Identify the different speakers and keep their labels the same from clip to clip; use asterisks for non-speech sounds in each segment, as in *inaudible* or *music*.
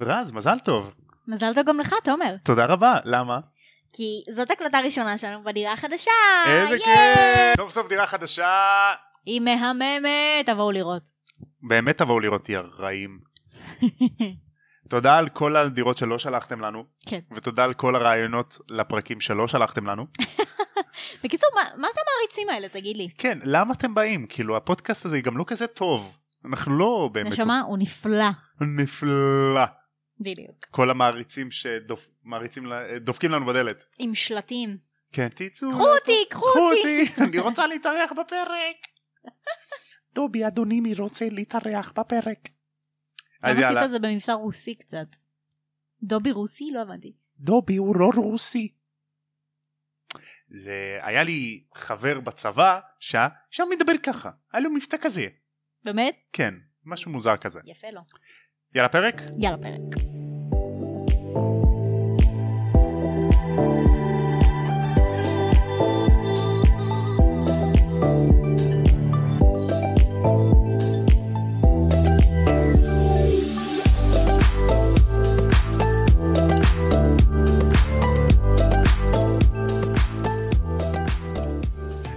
Speaker 1: רז, מזל טוב.
Speaker 2: מזל טוב גם לך, תומר.
Speaker 1: תודה רבה. למה?
Speaker 2: כי זאת הקלטה ראשונה שלנו בדירה החדשה!
Speaker 1: איזה
Speaker 2: אה, ייי!
Speaker 1: כיף! סוף סוף דירה חדשה.
Speaker 2: היא מהממת, תבואו לראות. *laughs*
Speaker 1: באמת תבואו לראות, יא רעים. תודה על כל הדירות שלא שלחתם לנו.
Speaker 2: כן.
Speaker 1: ותודה על כל הרעיונות לפרקים שלא שלחתם לנו.
Speaker 2: בקיצור, מה, מה זה המעריצים האלה, תגיד לי?
Speaker 1: כן, למה אתם באים? כאילו, הפודקאסט הזה גם לא כזה טוב. אנחנו לא באמת...
Speaker 2: נשמה, הוא נפלא.
Speaker 1: נפלא.
Speaker 2: בדיוק.
Speaker 1: כל המעריצים שדופקים אה, לנו בדלת.
Speaker 2: עם שלטים.
Speaker 1: כן, תצאו.
Speaker 2: קחו אותי, קחו אותי!
Speaker 1: אני רוצה להתארח בפרק. דובי אדונימי רוצה להתארח בפרק. אז
Speaker 2: למה עשית
Speaker 1: יאללה,
Speaker 2: את זה במבצע רוסי קצת? דובי רוסי? לא הבנתי.
Speaker 1: דובי הוא לא רוסי. זה היה לי חבר בצבא שהיה שם מדבר ככה, היה לו מבטא כזה,
Speaker 2: באמת?
Speaker 1: כן, משהו מוזר כזה.
Speaker 2: יפה לו.
Speaker 1: יאללה פרק?
Speaker 2: יאללה פרק.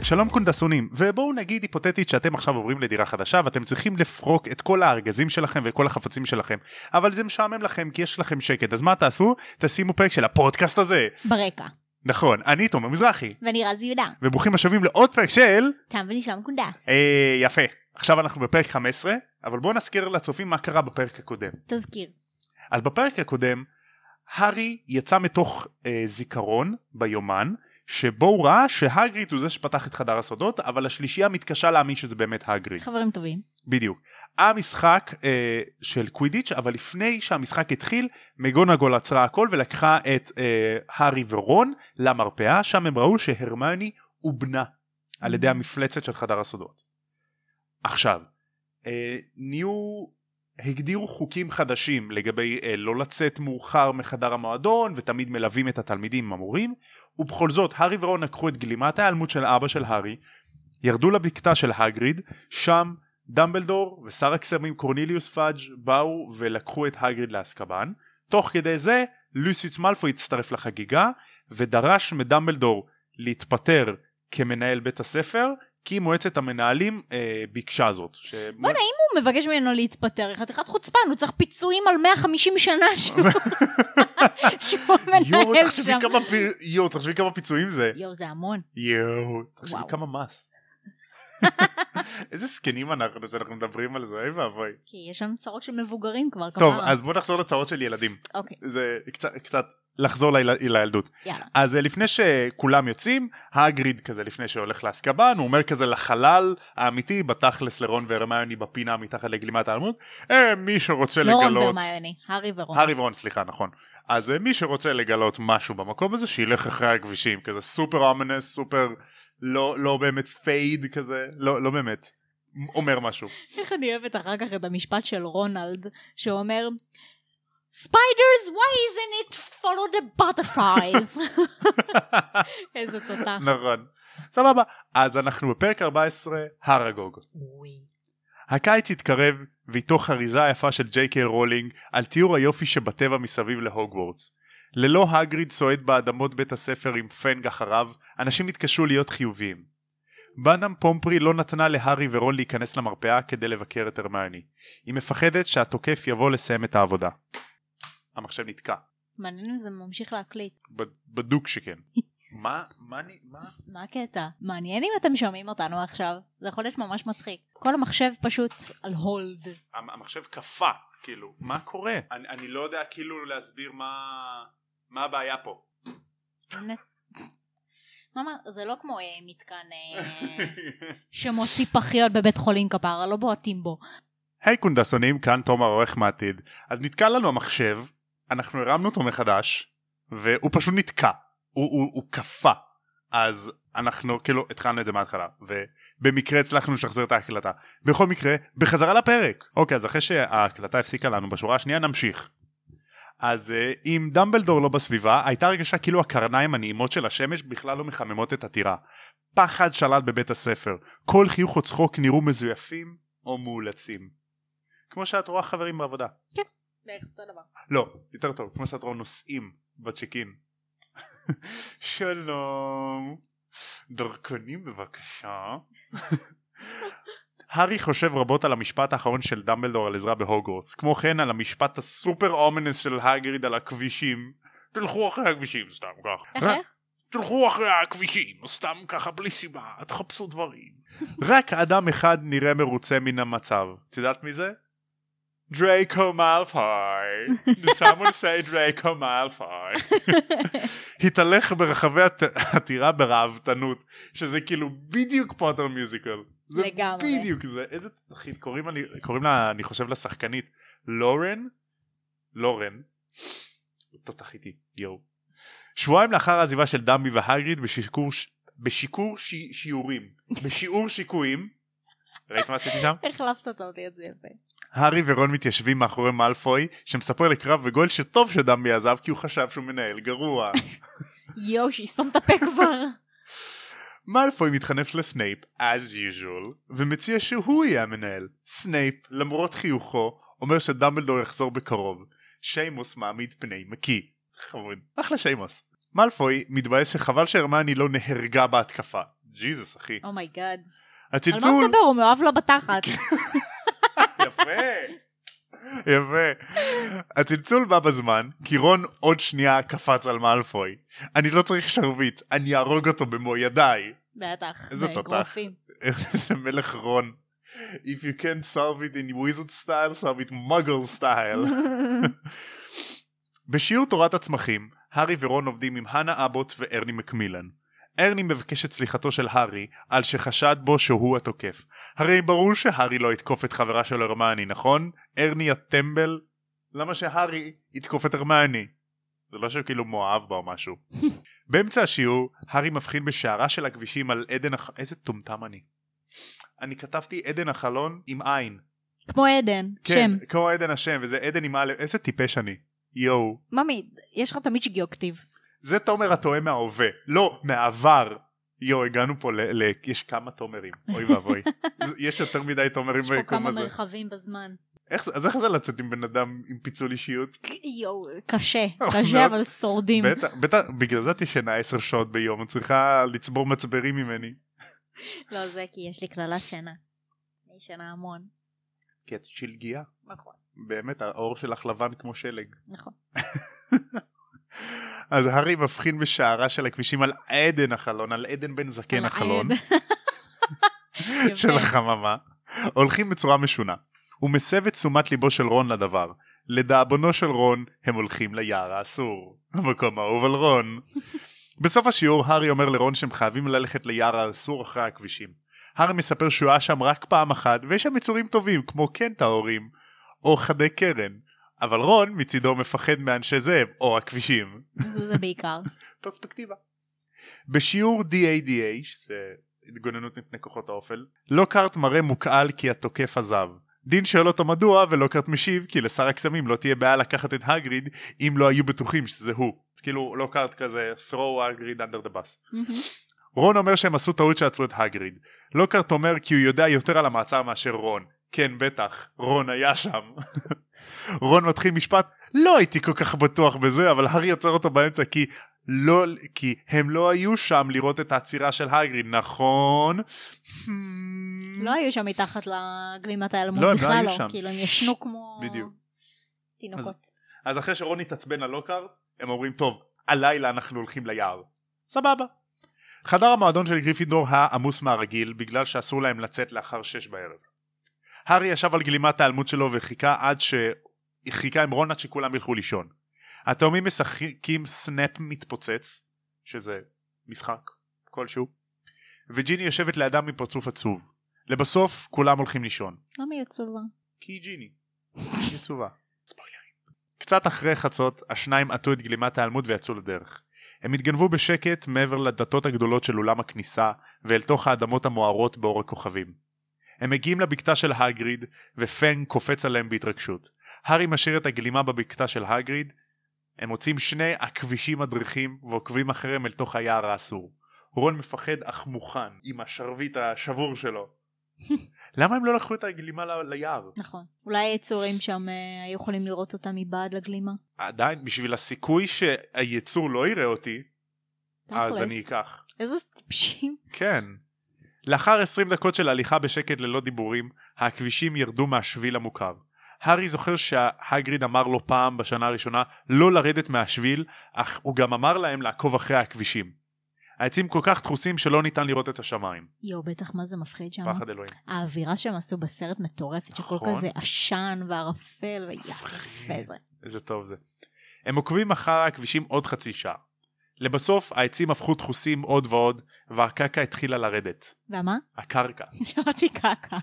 Speaker 1: שלום קונדסונים, ובואו נגיד היפותטית שאתם עכשיו עוברים לדירה חדשה ואתם צריכים לפרוק את כל הארגזים שלכם וכל החפצים שלכם, אבל זה משעמם לכם כי יש לכם שקט, אז מה תעשו? תשימו פרק של הפודקאסט הזה.
Speaker 2: ברקע.
Speaker 1: נכון, אני תומר מזרחי,
Speaker 2: ואני רז יהודה.
Speaker 1: וברוכים השבים לעוד פרק של...
Speaker 2: תם ונשלם קונדס.
Speaker 1: אה, יפה, עכשיו אנחנו בפרק 15, אבל בואו נזכיר לצופים מה קרה בפרק הקודם.
Speaker 2: תזכיר.
Speaker 1: אז בפרק הקודם, הארי יצא מתוך אה, זיכרון ביומן, שבו הוא ראה שהגריד הוא זה שפתח את חדר הסודות, אבל השלישייה מתקשה להאמין שזה באמת הגריד.
Speaker 2: חברים טובים.
Speaker 1: בדיוק. המשחק אה, של קווידיץ', אבל לפני שהמשחק התחיל, מגונגול עצרה הכל ולקחה את אה, הארי ורון למרפאה, שם הם ראו שהרמני ובנה על ידי המפלצת של חדר הסודות. עכשיו, אה, נהיו, הגדירו חוקים חדשים לגבי אה, לא לצאת מאוחר מחדר המועדון, ותמיד מלווים את התלמידים עם המורים, ובכל זאת, הארי ורון לקחו את גלימת ההיעלמות של אבא של הארי, ירדו לבקתה של הגריד, שם דמבלדור ושר הקסמים קורניליוס פאג' באו ולקחו את הגריד לאסקבן. תוך כדי זה לוסיוס מאלפוי הצטרף לחגיגה ודרש מדמבלדור להתפטר כמנהל בית הספר כי מועצת המנהלים אה, ביקשה זאת. ש...
Speaker 2: בואנה, הוא מבקש ממנו להתפטר, חתיכת חוצפן, הוא צריך פיצויים על 150
Speaker 1: *laughs*
Speaker 2: שנה שהוא *laughs* שהוא
Speaker 1: יואו,
Speaker 2: מנהל
Speaker 1: תחשבי
Speaker 2: שם.
Speaker 1: כמה פי- יואו, תחשבי כמה פיצויים זה.
Speaker 2: יואו, זה המון.
Speaker 1: יואו, תחשבי
Speaker 2: וואו.
Speaker 1: כמה
Speaker 2: *laughs*
Speaker 1: מס. איזה זקנים אנחנו שאנחנו מדברים על זה, אוי ואבוי.
Speaker 2: כי יש לנו צרות של מבוגרים כבר, כבר.
Speaker 1: טוב, אז בוא נחזור לצרות של ילדים.
Speaker 2: אוקיי,
Speaker 1: זה קצת, קצת לחזור ליל... לילדות.
Speaker 2: יאללה.
Speaker 1: אז אה, לפני שכולם יוצאים, הגריד כזה לפני שהולך לאסקבן, הוא אומר כזה לחלל האמיתי, בתכלס לרון והרמיוני בפינה מתחת לגלימת העלמות, אה, מי שרוצה
Speaker 2: לא רון
Speaker 1: לגלות...
Speaker 2: והרמיוני, הארי ורון.
Speaker 1: הארי ורון, סליחה, נכון. אז אה, מי שרוצה לגלות משהו במקום הזה, שילך אחרי הכבישים, כזה סופר אומנס, סופר לא, לא באמת פייד כזה, לא, לא באמת אומר משהו. *laughs*
Speaker 2: איך אני אוהבת אחר כך את המשפט של רונלד, שאומר, Spiders, why isn't it follow the butterflies? *laughs* איזה תותח.
Speaker 1: נכון. סבבה. אז אנחנו בפרק 14, הרגוג.
Speaker 2: אוי.
Speaker 1: הקיץ התקרב ואיתו חריזה יפה של ג'יי קיי רולינג על תיאור היופי שבטבע מסביב להוגוורטס. ללא הגריד צועד באדמות בית הספר עם פנג אחריו, אנשים התקשו להיות חיוביים. באדם פומפרי לא נתנה להארי ורון להיכנס למרפאה כדי לבקר את הרמיוני. היא מפחדת שהתוקף יבוא לסיים את העבודה. המחשב נתקע.
Speaker 2: מעניין אם זה ממשיך להקליט.
Speaker 1: ב- בדוק שכן. *laughs* מה? מה? אני- מה?
Speaker 2: מה הקטע? מעניין אם אתם שומעים אותנו עכשיו, זה יכול להיות ממש מצחיק. כל המחשב פשוט על הולד.
Speaker 1: המ- המחשב קפא, כאילו, מה קורה? אני, אני לא יודע כאילו להסביר מה, מה הבעיה פה.
Speaker 2: ממש, זה לא כמו אה, מתקן
Speaker 1: *laughs*
Speaker 2: אה, שמוציא פחיות בבית חולים כפרה, לא בועטים בו.
Speaker 1: היי קונדסונים, כאן תומר עורך מעתיד. אז נתקע לנו המחשב, אנחנו הרמנו אותו מחדש, והוא פשוט נתקע. הוא, הוא, הוא קפא. אז אנחנו כאילו התחלנו את זה מההתחלה, ובמקרה הצלחנו לשחזר את ההקלטה. בכל מקרה, בחזרה לפרק. אוקיי, אז אחרי שההקלטה הפסיקה לנו בשורה השנייה, נמשיך. אז אה, אם דמבלדור לא בסביבה, הייתה הרגשה כאילו הקרניים הנעימות של השמש בכלל לא מחממות את הטירה. פחד שלט בבית הספר. כל חיוך או צחוק נראו מזויפים או מאולצים. כמו שאת רואה חברים בעבודה.
Speaker 2: בערך אותו דבר.
Speaker 1: לא, יותר טוב, כמו שאת רואה נוסעים בצ'קין. *laughs* שלום, דרכונים בבקשה. *laughs* הארי חושב רבות על המשפט האחרון של דמבלדור על עזרה בהוגוורטס, כמו כן על המשפט הסופר אומנס של הגריד על הכבישים. תלכו אחרי הכבישים סתם
Speaker 2: *laughs* איך
Speaker 1: ככה.
Speaker 2: איך?
Speaker 1: תלכו אחרי הכבישים, סתם ככה בלי סיבה, תחפשו דברים. רק אדם אחד נראה מרוצה מן המצב. את יודעת מי זה? דרייקו מאלפוי. Did someone say דרייקו מאלפוי? התהלך ברחבי הת- הטירה ברהבתנות, שזה כאילו בדיוק פוטר מיוזיקל. זה
Speaker 2: לגמרי.
Speaker 1: בדיוק זה. איזה תתחיל, קוראים לה- קוראים לה, אני חושב, לשחקנית לורן? לורן. תותחיתי, יואו. שבועיים לאחר העזיבה של דמבי והגריד בשיקור, ש- בשיקור ש... *laughs* שיעורים, בשיעור שיקויים, ראית מה עשיתי שם?
Speaker 2: החלפת אותי את זה יפה.
Speaker 1: *laughs* הארי ורון מתיישבים מאחורי מאלפוי שמספר לקרב וגול שטוב שדמבי עזב כי הוא חשב שהוא מנהל גרוע.
Speaker 2: יואו, שיסתום את הפה כבר.
Speaker 1: מאלפוי מתחנף לסנייפ, as usual, ומציע שהוא יהיה המנהל. סנייפ, למרות חיוכו, אומר שדמבלדור יחזור בקרוב. שיימוס מעמיד פני מקיא. חמוד. אחלה שיימוס. מאלפוי מתבאס שחבל שהרמני לא נהרגה בהתקפה. ג'יזוס אחי.
Speaker 2: אומייגאד. Oh על מה
Speaker 1: הצלצול!
Speaker 2: הוא מדבר? הוא מאוהב לה בתחת.
Speaker 1: כן. יפה. *laughs* יפה. הצלצול בא בזמן, כי רון עוד שנייה קפץ על מאלפוי. אני לא צריך שרביט, אני אהרוג אותו במו ידיי.
Speaker 2: בטח.
Speaker 1: *laughs* איזה
Speaker 2: זה
Speaker 1: תותח.
Speaker 2: אגרופים.
Speaker 1: *laughs* איזה מלך רון. If you can solve it in wizard style, solve it muggle style. בשיעור תורת הצמחים, הארי ורון עובדים עם הנה אבוט וארני מקמילן. ארני מבקש את סליחתו של הארי על שחשד בו שהוא התוקף. הרי ברור שהארי לא יתקוף את חברה של הרמני, נכון? ארני הטמבל? למה שהארי יתקוף את הרמני? זה לא שהוא כאילו מאוהב בה או משהו. באמצע השיעור, הארי מבחין בשערה של הכבישים על עדן הח... איזה טומטם אני. אני כתבתי עדן החלון עם עין.
Speaker 2: *laughs* כמו עדן.
Speaker 1: כן,
Speaker 2: שם.
Speaker 1: כמו עדן השם, וזה עדן עם א', איזה טיפש אני. יואו.
Speaker 2: ממי, יש לך תמיד שגיאו כתיב.
Speaker 1: זה תומר הטועה מההווה, לא, מהעבר. יואו, הגענו פה ל... ל... יש כמה תומרים, אוי ואבוי. זה- יש יותר מדי תומרים
Speaker 2: יש פה
Speaker 1: ביקום
Speaker 2: כמה
Speaker 1: הזה.
Speaker 2: מרחבים בזמן.
Speaker 1: איך זה- אז איך זה לצאת עם בן אדם עם פיצול אישיות?
Speaker 2: יואו, קשה.
Speaker 1: *laughs* מאוד.
Speaker 2: קשה אבל שורדים.
Speaker 1: בטח, בטח, בגלל זה את ישנה עשר שעות ביום, את צריכה לצבור מצברים ממני.
Speaker 2: לא זה כי יש לי קללת שינה. אני ישנה המון.
Speaker 1: כי את שלגיה.
Speaker 2: נכון.
Speaker 1: באמת, העור שלך לבן כמו שלג.
Speaker 2: נכון.
Speaker 1: אז הארי מבחין בשערה של הכבישים על עדן החלון, על עדן בן זקן
Speaker 2: על
Speaker 1: כן, החלון.
Speaker 2: העד. *laughs* יפה.
Speaker 1: של החממה הולכים בצורה משונה. הוא מסב את תשומת ליבו של רון לדבר. לדאבונו של רון הם הולכים ליער האסור. המקום האהוב על רון. בסוף השיעור הארי אומר לרון שהם חייבים ללכת ליער האסור אחרי הכבישים. הארי מספר שהוא היה שם רק פעם אחת ויש שם יצורים טובים כמו קנטהורים או חדי קרן. אבל רון מצידו מפחד מאנשי זאב או הכבישים.
Speaker 2: זה זה בעיקר.
Speaker 1: פרספקטיבה. בשיעור DADA, שזה התגוננות מפני כוחות האופל, לוקארט מראה מוקהל כי התוקף עזב. דין שואל אותו מדוע, ולוקארט משיב כי לשר הקסמים לא תהיה בעיה לקחת את הגריד אם לא היו בטוחים שזה הוא. אז כאילו לוקארט כזה throw הגריד under the bus.
Speaker 2: מהמם.
Speaker 1: רון אומר שהם עשו טעות שעצרו את הגריד. לוקארט אומר כי הוא יודע יותר על המעצר מאשר רון. כן בטח, רון היה שם. *laughs* רון מתחיל משפט, לא הייתי כל כך בטוח בזה, אבל הארי עוצר אותו באמצע כי לא, כי הם לא היו שם לראות את העצירה של הגריד, נכון? *laughs*
Speaker 2: לא היו שם מתחת לגלימת ההיעלמות
Speaker 1: לא, הם לא
Speaker 2: בכלל
Speaker 1: היו
Speaker 2: לא.
Speaker 1: שם.
Speaker 2: כאילו הם ישנו כמו
Speaker 1: בדיוק.
Speaker 2: תינוקות.
Speaker 1: אז אחרי שרון התעצבן על לוקארט, הם אומרים טוב, הלילה אנחנו הולכים ליער. סבבה. חדר המועדון של גריפינדור היה עמוס מהרגיל בגלל שאסור להם לצאת לאחר שש בערב. הארי ישב על גלימת ההיעלמות שלו וחיכה עד ש... חיכה עם רון עד שכולם ילכו לישון. התאומים משחקים סנאפ מתפוצץ, שזה משחק כלשהו, וג'יני יושבת לידם עם פרצוף עצוב. לבסוף כולם הולכים לישון.
Speaker 2: למה היא עצובה?
Speaker 1: כי היא ג'יני. היא עצובה. ספוילרים. קצת אחרי חצות, השניים עטו את גלימת ההיעלמות ויצאו לדרך. הם התגנבו בשקט מעבר לדלתות הגדולות של אולם הכניסה, ואל תוך האדמות המוארות באור הכוכבים. הם מגיעים לבקתה של הגריד, ופנג קופץ עליהם בהתרגשות. הארי משאיר את הגלימה בבקתה של הגריד, הם מוצאים שני עכבישים מדריכים, ועוקבים אחריהם אל תוך היער האסור. רון מפחד אך מוכן, עם השרביט השבור שלו. למה הם לא לקחו את הגלימה ל- ליער?
Speaker 2: נכון. אולי היצורים שם אה, היו יכולים לראות אותה מבעד לגלימה.
Speaker 1: עדיין, בשביל הסיכוי שהיצור לא יראה אותי, אז
Speaker 2: תכלס.
Speaker 1: אני אקח.
Speaker 2: איזה טיפשים.
Speaker 1: כן. לאחר 20 דקות של הליכה בשקט ללא דיבורים, הכבישים ירדו מהשביל המוקב. הארי זוכר שהגריד אמר לו פעם בשנה הראשונה לא לרדת מהשביל, אך הוא גם אמר להם לעקוב אחרי הכבישים. העצים כל כך דחוסים שלא ניתן לראות את השמיים.
Speaker 2: יואו, בטח מה זה מפחיד שם.
Speaker 1: פחד אלוהים.
Speaker 2: האווירה שהם עשו בסרט מטורפת, שכל
Speaker 1: נכון.
Speaker 2: כזה עשן וערפל ויאס
Speaker 1: מפחיד.
Speaker 2: יפה זה.
Speaker 1: איזה טוב זה. הם עוקבים אחר הכבישים עוד חצי שעה. לבסוף העצים הפכו דחוסים עוד ועוד, והקקה התחילה לרדת.
Speaker 2: ומה? *laughs*
Speaker 1: הקרקע.
Speaker 2: שמעתי קעקע.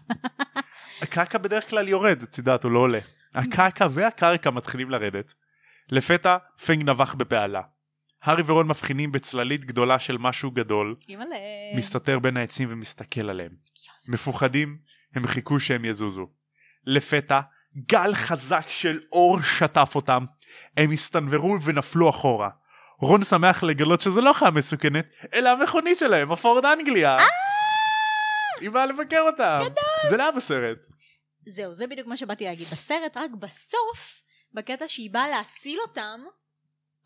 Speaker 1: הקרקע בדרך כלל יורד, את יודעת, הוא לא עולה. הקרקע והקרקע מתחילים לרדת. לפתע, פנג נבח בפעלה. הארי ורון מבחינים בצללית גדולה של משהו גדול,
Speaker 2: אימא'לה.
Speaker 1: מסתתר בין העצים ומסתכל עליהם. מפוחדים, הם חיכו שהם יזוזו. לפתע, גל חזק של אור שטף אותם. הם הסתנוורו ונפלו אחורה. רון שמח לגלות שזה לא חיה מסוכנת, אלא המכונית שלהם, הפורד אנגליה. היא באה לבקר אותם. זה לא היה בסרט.
Speaker 2: זהו, זה בדיוק מה שבאתי להגיד. בסרט, רק בסוף, בקטע שהיא באה להציל אותם,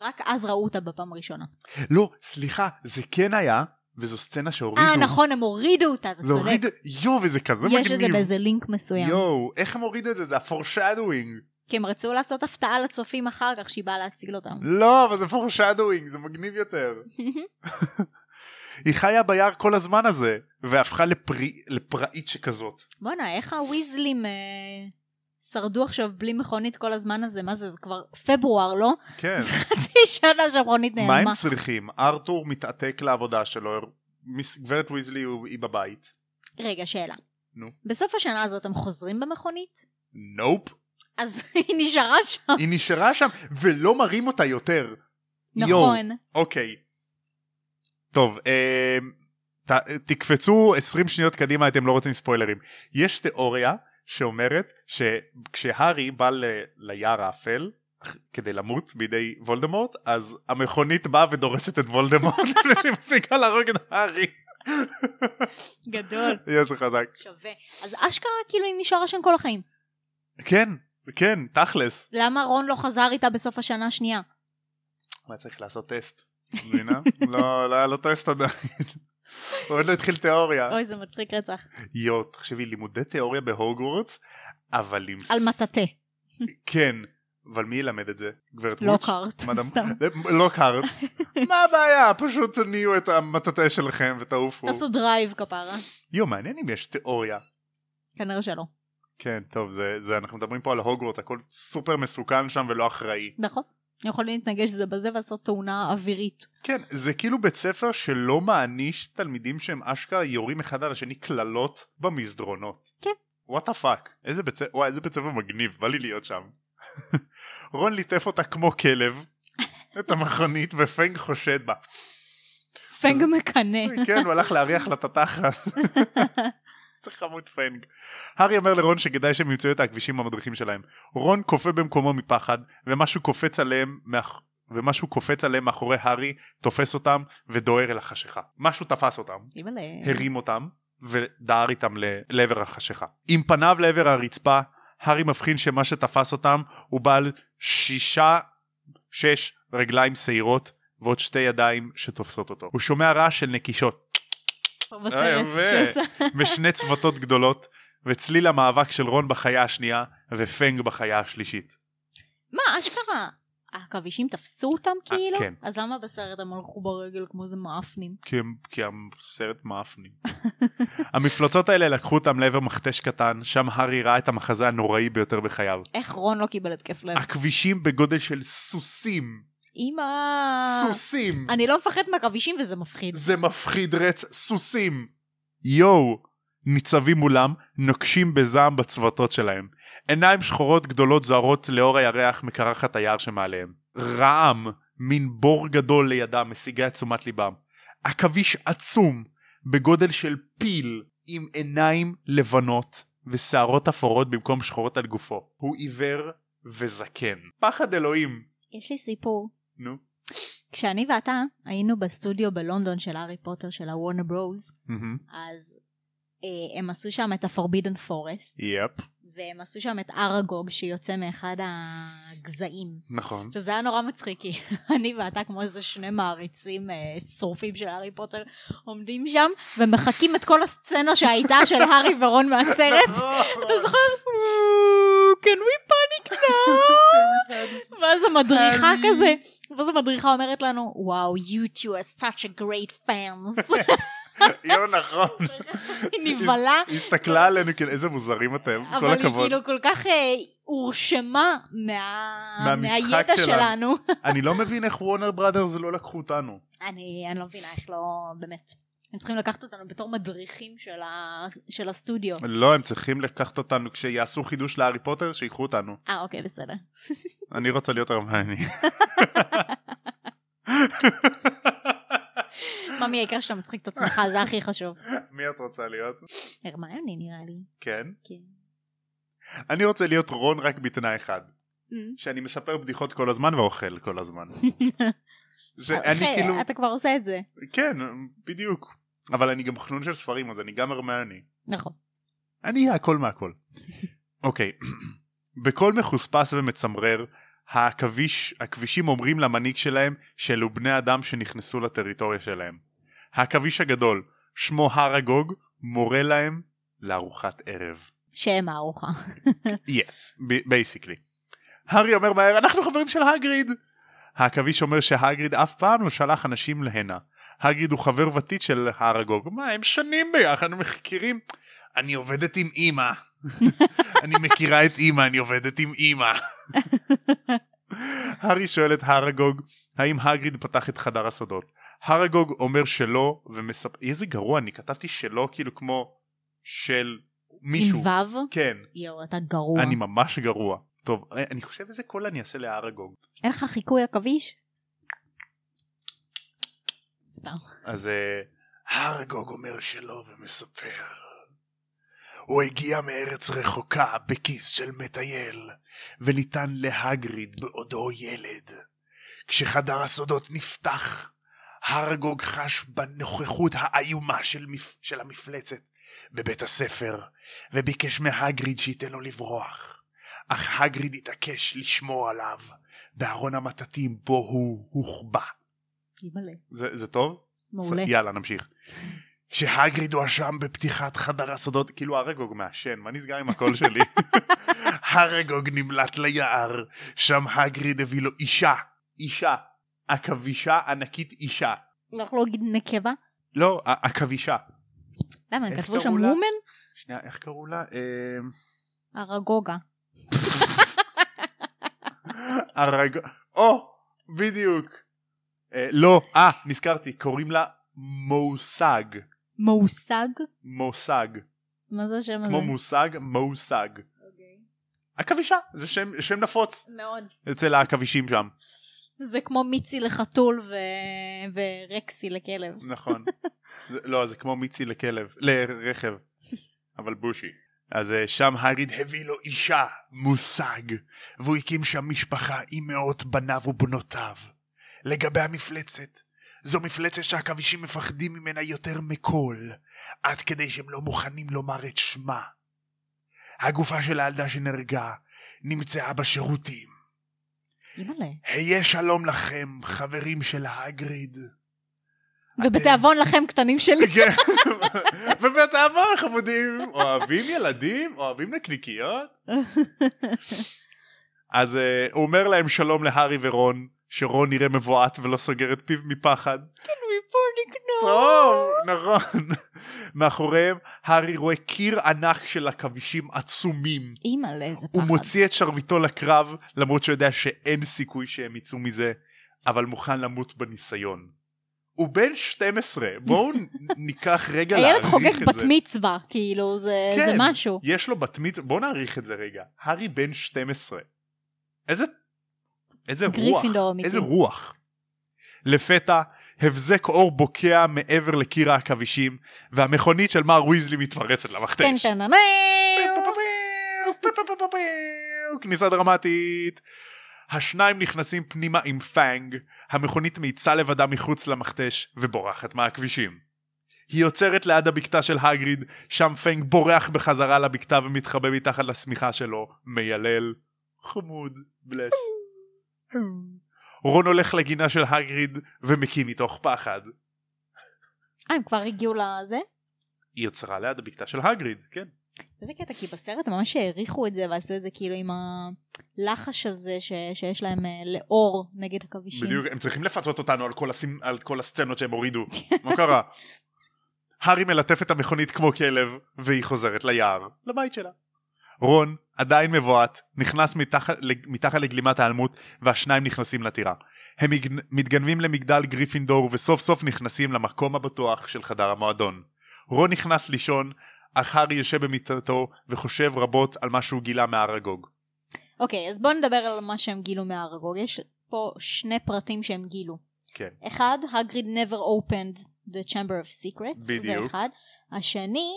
Speaker 2: רק אז ראו אותה בפעם הראשונה.
Speaker 1: לא, סליחה, זה כן היה, וזו סצנה שהורידו.
Speaker 2: אה, נכון, הם הורידו אותה, אתה
Speaker 1: זה
Speaker 2: צודק.
Speaker 1: הוריד, יואו, וזה כזה מגניב.
Speaker 2: יש את זה באיזה לינק מסוים.
Speaker 1: יואו, איך הם הורידו את זה? זה הפורשדווינג.
Speaker 2: כי הם רצו לעשות הפתעה לצופים אחר כך שהיא באה להציל אותם.
Speaker 1: לא, אבל זה פורשדווינג, זה מגניב יותר.
Speaker 2: *laughs*
Speaker 1: היא חיה ביער כל הזמן הזה, והפכה לפרי, לפראית שכזאת.
Speaker 2: בואנה, איך הוויזלים אה, שרדו עכשיו בלי מכונית כל הזמן הזה? מה זה, זה כבר פברואר, לא?
Speaker 1: כן.
Speaker 2: זה חצי שנה שהמכונית
Speaker 1: מה
Speaker 2: נעלמה.
Speaker 1: הם צריכים? ארתור מתעתק לעבודה שלו, מיס- גברת ויזלי הוא- היא בבית.
Speaker 2: רגע, שאלה.
Speaker 1: נו.
Speaker 2: בסוף השנה הזאת הם חוזרים במכונית? *laughs*
Speaker 1: נופ.
Speaker 2: אז היא נשארה שם.
Speaker 1: היא נשארה שם, ולא מראים אותה יותר. יואו.
Speaker 2: נכון.
Speaker 1: אוקיי. טוב, אה, ת, תקפצו 20 שניות קדימה, אתם לא רוצים ספוילרים. יש תיאוריה שאומרת שכשהארי בא ל, ליער האפל כדי למות בידי וולדמורט, אז המכונית באה ודורסת את וולדמורט *laughs* לפני שהיא מפסיקה להרוג את הארי.
Speaker 2: גדול.
Speaker 1: איזה חזק.
Speaker 2: שווה. אז אשכרה כאילו היא נשארה שם כל החיים.
Speaker 1: כן, כן, תכלס.
Speaker 2: למה רון לא חזר איתה בסוף השנה השנייה?
Speaker 1: מה צריך לעשות טסט? מבינה? לא, לא היה לו טסט עדיין. *laughs* הוא עוד לא התחיל תיאוריה.
Speaker 2: אוי, זה מצחיק רצח.
Speaker 1: יואו, תחשבי, לימודי תיאוריה בהוגוורטס, אבל עם...
Speaker 2: על
Speaker 1: ס-
Speaker 2: מטאטה.
Speaker 1: כן, אבל מי ילמד את זה? גברת מוץ'?
Speaker 2: לוקהרט.
Speaker 1: מדאם-
Speaker 2: לא
Speaker 1: *laughs*
Speaker 2: סתם.
Speaker 1: לא קארט. מה הבעיה? פשוט תניעו את המטאטה שלכם ותעופו.
Speaker 2: *laughs* תעשו דרייב כפרה.
Speaker 1: יואו, מעניין אם יש תיאוריה.
Speaker 2: כנראה שלא.
Speaker 1: כן, טוב, זה, זה, אנחנו מדברים פה על הוגוורטס, הכל סופר מסוכן שם ולא אחראי.
Speaker 2: נכון. יכולים להתנגש זה בזה ולעשות תאונה אווירית.
Speaker 1: כן, זה כאילו בית ספר שלא מעניש תלמידים שהם אשכרה יורים אחד על השני קללות במסדרונות.
Speaker 2: כן.
Speaker 1: וואט הפאק. איזה בית ספר, וואי איזה בית ספר מגניב, בא לי להיות שם. *laughs* רון ליטף אותה כמו כלב, את המכונית, ופנג חושד בה.
Speaker 2: פנג מקנא.
Speaker 1: *laughs* כן, הוא הלך להריח לה את התחת. איזה חמוד פנג. הארי אומר לרון שכדאי שהם ימצאו את הכבישים המדריכים שלהם. רון קופא במקומו מפחד, ומשהו קופץ עליהם מאח... ומשהו קופץ עליהם מאחורי הארי, תופס אותם ודוהר אל החשיכה. משהו תפס אותם,
Speaker 2: אימא'לה.
Speaker 1: הרים אותם, ודהר איתם ל- לעבר החשיכה. עם פניו לעבר הרצפה, הארי מבחין שמה שתפס אותם הוא בעל שישה, שש רגליים שעירות, ועוד שתי ידיים שתופסות אותו. הוא שומע רעש של נקישות.
Speaker 2: פה
Speaker 1: אה,
Speaker 2: בסרט
Speaker 1: יפה.
Speaker 2: שעשה.
Speaker 1: ושני צוותות גדולות, וצליל המאבק של רון בחיה השנייה, ופנג בחיה השלישית.
Speaker 2: מה, אשכרה? הכבישים תפסו אותם כאילו?
Speaker 1: כן.
Speaker 2: אז למה בסרט הם הלכו ברגל כמו איזה מאפנים?
Speaker 1: כי, הם- כי הסרט מאפנים. המפלצות האלה לקחו אותם לעבר מכתש קטן, שם הארי ראה את המחזה הנוראי ביותר בחייו.
Speaker 2: איך רון לא קיבל התקף
Speaker 1: אה.
Speaker 2: לב?
Speaker 1: הכבישים בגודל של סוסים.
Speaker 2: אמא...
Speaker 1: סוסים.
Speaker 2: אה. אני לא מפחד מהכבישים וזה מפחיד.
Speaker 1: זה מפחיד רץ סוסים. יואו. ניצבים מולם, נוקשים בזעם בצוותות שלהם. עיניים שחורות גדולות זרות לאור הירח מקרחת היער שמעליהם. רעם, מין בור גדול לידם, משיגה את תשומת ליבם. עכביש עצום, בגודל של פיל, עם עיניים לבנות ושערות אפורות במקום שחורות על גופו. הוא עיוור וזקן. פחד אלוהים.
Speaker 2: יש לי סיפור.
Speaker 1: נו.
Speaker 2: כשאני ואתה היינו בסטודיו בלונדון של הארי פוטר של הוואנה ברוז,
Speaker 1: מהמם.
Speaker 2: אז אה, הם עשו שם את הפורבידן פורסט,
Speaker 1: יפ,
Speaker 2: והם עשו שם את אראגוג שיוצא מאחד הגזעים.
Speaker 1: נכון.
Speaker 2: שזה היה נורא מצחיק, כי *laughs* אני ואתה כמו איזה שני מעריצים אה, שרופים של הארי פוטר עומדים שם ומחקים את כל הסצנה שהייתה
Speaker 1: *laughs*
Speaker 2: של הארי ורון
Speaker 1: נכון.
Speaker 2: מהסרט.
Speaker 1: לא.
Speaker 2: אתה זוכר? can we panic now?
Speaker 1: *laughs*
Speaker 2: ואז המדריכה
Speaker 1: אני-
Speaker 2: כזה, ואז המדריכה אומרת לנו, וואו, you two are such a great
Speaker 1: *laughs*
Speaker 2: fans.
Speaker 1: יו, נכון.
Speaker 2: היא נבהלה,
Speaker 1: היא הסתכלה עלינו, כאילו, איזה מוזרים אתם, כל
Speaker 2: לא. אבל היא
Speaker 1: הכבוד.
Speaker 2: כאילו כל כך אה, הורשמה מה-
Speaker 1: מהמשחק
Speaker 2: מהידע
Speaker 1: שלנו.
Speaker 2: שלנו.
Speaker 1: אני לא מבין איך וורנר בראדרס לא לקחו אותנו.
Speaker 2: אני אני לא מבינה איך לא, באמת. הם צריכים לקחת אותנו בתור מדריכים של ה- של הסטודיו.
Speaker 1: לא, הם צריכים לקחת אותנו, כשיעשו חידוש להארי פוטר, שיקחו אותנו.
Speaker 2: אה, אוקיי, בסדר.
Speaker 1: אני רוצה להיות הרמני.
Speaker 2: *laughs* ממי, העיקר שאתה מצחיק את עצמך, זה הכי חשוב.
Speaker 1: מי את רוצה להיות?
Speaker 2: הרמיוני נראה לי.
Speaker 1: כן.
Speaker 2: כן.
Speaker 1: אני רוצה להיות רון רק בתנאי אחד.
Speaker 2: Mm.
Speaker 1: שאני מספר בדיחות כל הזמן ואוכל כל
Speaker 2: *laughs*
Speaker 1: הזמן. שאני
Speaker 2: אה, אחי,
Speaker 1: כאילו,
Speaker 2: אתה כבר עושה את זה.
Speaker 1: כן, בדיוק. אבל אני גם חנון של ספרים, אז אני גם הרמיוני.
Speaker 2: נכון.
Speaker 1: אני אהיה הכל מהכל. אוקיי, בקול מחוספס ומצמרר, העכביש, הכבישים אומרים למנהיג שלהם שאלו בני אדם שנכנסו לטריטוריה שלהם. העכביש הגדול, שמו הרגוג, מורה להם לארוחת ערב.
Speaker 2: שם הארוחה.
Speaker 1: יס, בייסיקלי. הארי אומר מהר, אנחנו חברים של הגריד! העכביש אומר שהגריד אף פעם לא שלח אנשים להנה. הגריד הוא חבר ותיק של הארגוג. מה, הם שנים ביחד, הם מכירים. אני עובדת עם אימא. *laughs* אני מכירה את אימא, אני עובדת עם אימא. *laughs* הארי שואל את הארגוג, האם הגריד פתח את חדר הסודות? הארגוג אומר שלא, ומספ... איזה גרוע, אני כתבתי שלא כאילו כמו של מישהו.
Speaker 2: עם וו?
Speaker 1: כן.
Speaker 2: יואו, אתה גרוע.
Speaker 1: אני ממש גרוע. טוב, אה, אני חושב איזה קול אני אעשה לאראגוג.
Speaker 2: אין לך חיקוי עכביש? סתם.
Speaker 1: אז אה, הארגוג אומר שלא ומספר. הוא הגיע מארץ רחוקה בכיס של מטייל, וניתן להגריד בעודו ילד. כשחדר הסודות נפתח, הרגוג חש בנוכחות האיומה של, מפ... של המפלצת בבית הספר, וביקש מהגריד שייתן לו לברוח. אך הגריד התעקש לשמור עליו בארון המטאטים בו הוא הוחבא.
Speaker 2: גיבלה.
Speaker 1: זה, זה טוב?
Speaker 2: מעולה.
Speaker 1: יאללה נמשיך. כשהגריד הואשם בפתיחת חדר הסודות, כאילו הרגוג מעשן, מה נסגר עם הקול שלי? הרגוג נמלט ליער, שם הגריד הביא לו אישה, אישה, עכבישה ענקית אישה.
Speaker 2: אנחנו לא נגיד נקבה?
Speaker 1: לא, ע- עכבישה.
Speaker 2: למה, הם
Speaker 1: איך
Speaker 2: כתבו שם
Speaker 1: קראו לה?
Speaker 2: וומן?
Speaker 1: שנייה, איך קראו לה? אמ,
Speaker 2: ארגוגה.
Speaker 1: הרג... או, בדיוק. אה, לא, אה, נזכרתי, קוראים לה מושג.
Speaker 2: מושג?
Speaker 1: מושג.
Speaker 2: מה זה השם הזה?
Speaker 1: כמו מושג, מושג.
Speaker 2: אוקיי.
Speaker 1: עכבישה, זה שם, שם נפוץ.
Speaker 2: מאוד.
Speaker 1: אצל העכבישים שם.
Speaker 2: זה כמו מיצי לחתול ו... ורקסי לכלב.
Speaker 1: נכון. זה, לא, זה כמו מיצי לכלב, לרכב, אבל בושי. אז אה, שם הגריד הביא לו אישה, מושג, והוא הקים שם משפחה עם מאות בניו ובנותיו. לגבי המפלצת, זו מפלצת שהעכבישים מפחדים ממנה יותר מכל, עד כדי שהם לא מוכנים לומר את שמה. הגופה של הילדה שנהרגה נמצאה בשירותים.
Speaker 2: אימא'לה.
Speaker 1: היה שלום לכם, חברים של הגריד.
Speaker 2: *laughs* ובתיאבון לכם קטנים *laughs* שלי.
Speaker 1: כן, *laughs* ובתאבון חמודים, אוהבים ילדים, אוהבים נקניקיות. אז אה, הוא אומר להם שלום להארי ורון, שרון נראה מבועת ולא סוגר את פיו מפחד. טוב, נכון. מאחוריהם הארי רואה קיר ענק של עכבישים עצומים.
Speaker 2: אימא'לה, איזה
Speaker 1: הוא
Speaker 2: פחד.
Speaker 1: מוציא את שרביטו לקרב, למרות שהוא יודע שאין סיכוי שהם יצאו מזה, אבל מוכן למות בניסיון. הוא בן 12,
Speaker 2: *laughs*
Speaker 1: בואו נ- ניקח רגע להעריך את
Speaker 2: הילד
Speaker 1: זה.
Speaker 2: חוגג בת מצווה, כאילו, זה
Speaker 1: כן.
Speaker 2: זה משהו.
Speaker 1: יש לו בת מצווה, בואו נעריך את זה רגע. הארי בן 12. איזה... איזה רוח.
Speaker 2: גריפינדור אמיתי.
Speaker 1: איזה רוח. לפתע, הבזק אור בוקע מעבר לקיר העכבישים, והמכונית של מר ויזלי מתפרצת למכתש.
Speaker 2: טן טן טן.
Speaker 1: כניסה דרמטית. השניים נכנסים פנימה עם פאנג, המכונית מאיצה לבדה מחוץ למכתש ובורחת מהכבישים. היא עוצרת ליד הבקתה של הגריד, שם פנג בורח בחזרה לבקתה ומתחבא מתחת לשמיכה שלו, מיילל. חמוד, בלס.
Speaker 2: אה,
Speaker 1: רון הולך לגינה של הגריד ומקיא מתוך פחד.
Speaker 2: אה, הם כבר הגיעו לזה?
Speaker 1: היא עוצרה ליד הבקתה של הגריד, כן.
Speaker 2: זה קטע, כי בסרט הם ממש העריכו את זה ועשו את זה כאילו עם הלחש הזה ש... שיש להם אה, לאור נגד עכבישים.
Speaker 1: בדיוק, הם צריכים לפצות אותנו על כל, הסצ- על כל הסצנות שהם הורידו. *laughs* מה קרה? הארי מלטף את המכונית כמו כלב, והיא חוזרת ליער, לבית שלה. רון, עדיין מבועת, נכנס מתחת, לג- מתחת לגלימת האלמות, והשניים נכנסים לטירה. הם מגנ- מתגנבים למגדל גריפינדור, וסוף סוף נכנסים למקום הבטוח של חדר המועדון. רון נכנס לישון, אך הארי יושב במיטתו, וחושב רבות על מה שהוא גילה מהארגוג.
Speaker 2: אוקיי, אז בואו נדבר על מה שהם גילו מהארגוג. יש פה שני פרטים שהם גילו.
Speaker 1: כן.
Speaker 2: אחד, הגריד never opened the chamber of secrets. זה
Speaker 1: בדיוק.
Speaker 2: אחד. השני,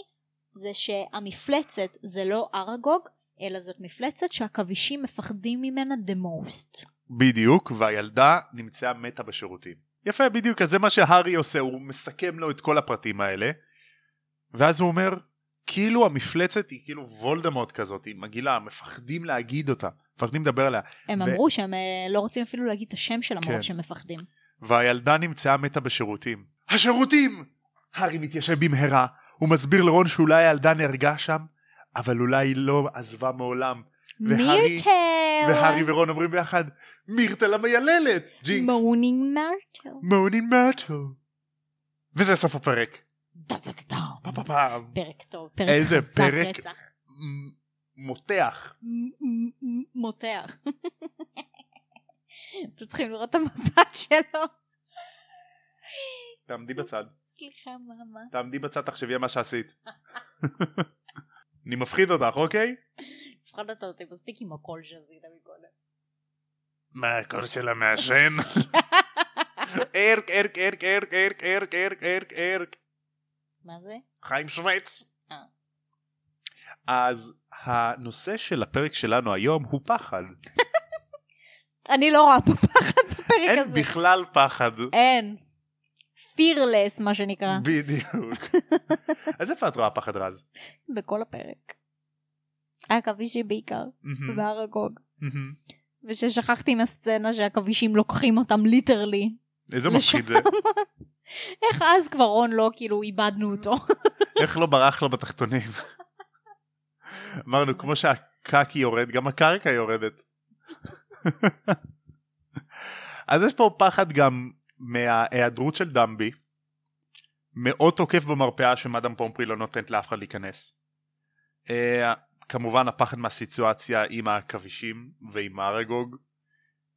Speaker 2: זה שהמפלצת זה לא ארגוג, אלא זאת מפלצת שהעכבישים מפחדים ממנה the most.
Speaker 1: בדיוק, והילדה נמצאה מתה בשירותים. יפה, בדיוק, אז זה מה שהארי עושה, הוא מסכם לו את כל הפרטים האלה, ואז הוא אומר, כאילו המפלצת היא כאילו וולדמורט כזאת, היא מגעילה, מפחדים להגיד אותה, מפחדים לדבר עליה.
Speaker 2: הם
Speaker 1: ו-
Speaker 2: אמרו שהם אה, לא רוצים אפילו להגיד את השם שלה
Speaker 1: כן.
Speaker 2: מרוב שהם מפחדים.
Speaker 1: והילדה נמצאה מתה בשירותים. השירותים! הארי מתיישב במהרה, הוא מסביר לרון שאולי הילדה נהרגה שם, אבל אולי היא לא עזבה מעולם. והארי-
Speaker 2: מירטל!
Speaker 1: והארי ורון אומרים ביחד, מירטל המייללת! ג'ינקס!
Speaker 2: מונינג מרטל.
Speaker 1: מונין מרטל! וזה סוף הפרק.
Speaker 2: דה דה דה דה.
Speaker 1: פעם פעם פעם.
Speaker 2: פרק טוב, פרק
Speaker 1: איזה
Speaker 2: חזק
Speaker 1: פרק.
Speaker 2: רצח.
Speaker 1: מ- מותח.
Speaker 2: מ- מ- מ- מותח. *laughs* אתם צריכים לראות את המבט שלו.
Speaker 1: תעמדי בצד.
Speaker 2: סליחה מאמה.
Speaker 1: תעמדי בצד, תחשבי על מה שעשית. *laughs* אני מפחיד אותך, אוקיי?
Speaker 2: הפחדת אותי מספיק עם הקול שעשית מקודם.
Speaker 1: מה הקול שלה מעשן?
Speaker 2: *laughs*
Speaker 1: ארק, ארק, ארק, ארק, ארק, ארק, ארק, ארק, ארק.
Speaker 2: מה זה?
Speaker 1: חיים שוויץ.
Speaker 2: אה.
Speaker 1: אז הנושא של הפרק שלנו היום הוא פחד.
Speaker 2: אני לא רואה פה פחד בפרק
Speaker 1: אין
Speaker 2: הזה.
Speaker 1: בכלל פחד.
Speaker 2: אין. פירלס מה שנקרא. *laughs*
Speaker 1: בדיוק. אז איפה את רואה פחד רז?
Speaker 2: בכל הפרק. העכבישי בעיקר.
Speaker 1: מהמם,
Speaker 2: בהר הגוג.
Speaker 1: מהמם.
Speaker 2: וששכחתי מהסצנה שהעכבישים לוקחים אותם ליטרלי.
Speaker 1: איזה
Speaker 2: לשם.
Speaker 1: מפחיד זה.
Speaker 2: איך אז כבר רון לא כאילו איבדנו אותו.
Speaker 1: איך לא ברח לו בתחתונים? *laughs* אמרנו כמו שהקקי יורד גם הקרקע יורדת. *laughs* אז יש פה פחד גם מההיעדרות של דמבי. מאוד תוקף במרפאה שמאדם פומפרי לא נותנת לאף אחד להיכנס. אה, כמובן הפחד מהסיטואציה עם העכבישים ועם הארגוג.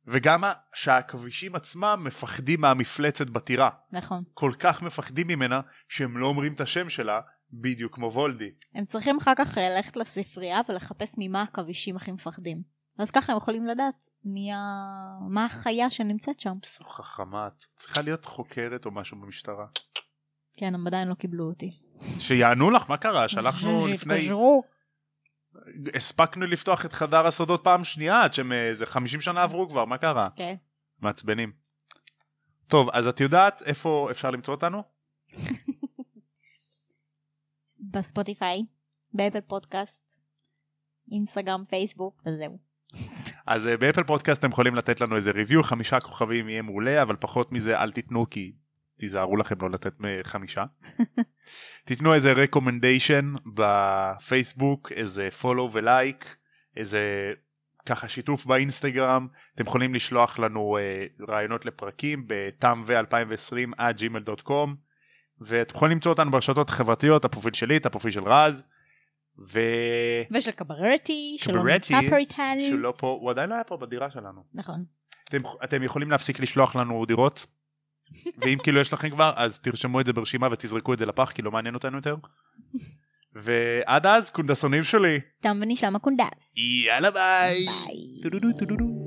Speaker 1: וגם ה- שהעכבישים עצמם מפחדים מהמפלצת בטירה.
Speaker 2: נכון.
Speaker 1: כל כך מפחדים ממנה שהם לא אומרים את השם שלה בדיוק כמו וולדי.
Speaker 2: הם צריכים אחר כך אה, ללכת לספרייה ולחפש ממה עכבישים הכי מפחדים. אז ככה הם יכולים לדעת מי ה... מה החיה שנמצאת שם.
Speaker 1: זו חכמה, את צריכה להיות חוקרת או משהו במשטרה.
Speaker 2: כן, הם עדיין לא קיבלו אותי.
Speaker 1: שיענו לך מה קרה שלחנו לפני
Speaker 2: שהתקשרו.
Speaker 1: הספקנו לפתוח את חדר הסודות פעם שנייה עד שהם איזה 50 שנה עברו כבר מה קרה
Speaker 2: כן.
Speaker 1: מעצבנים. טוב אז את יודעת איפה אפשר למצוא אותנו?
Speaker 2: בספוטיפיי, באפל פודקאסט, אינסטגרם, פייסבוק, וזהו.
Speaker 1: אז אה, באפל פודקאסט אתם יכולים לתת לנו איזה ריוויו חמישה כוכבים יהיה מעולה אבל פחות מזה אל תיתנו כי תיזהרו לכם לא לתת מ- חמישה. תיתנו איזה רקומנדיישן בפייסבוק איזה follow ולייק איזה ככה שיתוף באינסטגרם אתם יכולים לשלוח לנו אה, רעיונות לפרקים בתם ו2020 עד gmail.com ואתם יכולים למצוא אותנו ברשתות החברתיות הפרופיל שלי את הפרופיל של רז. ושלא
Speaker 2: ושל קברטי, שלא
Speaker 1: קברטי,
Speaker 2: נמצא פה איתנו.
Speaker 1: פה הוא עדיין לא היה פה בדירה שלנו.
Speaker 2: נכון.
Speaker 1: אתם, אתם יכולים להפסיק לשלוח לנו דירות ואם כאילו יש לכם כבר אז תרשמו את זה ברשימה ותזרקו את זה לפח כי לא מעניין אותנו יותר. ועד אז קונדסונים שלי
Speaker 2: תם ונשאר מקונדס.
Speaker 1: יאללה ביי.
Speaker 2: ביי.
Speaker 1: טו-דו-דו, טו-דו-דו.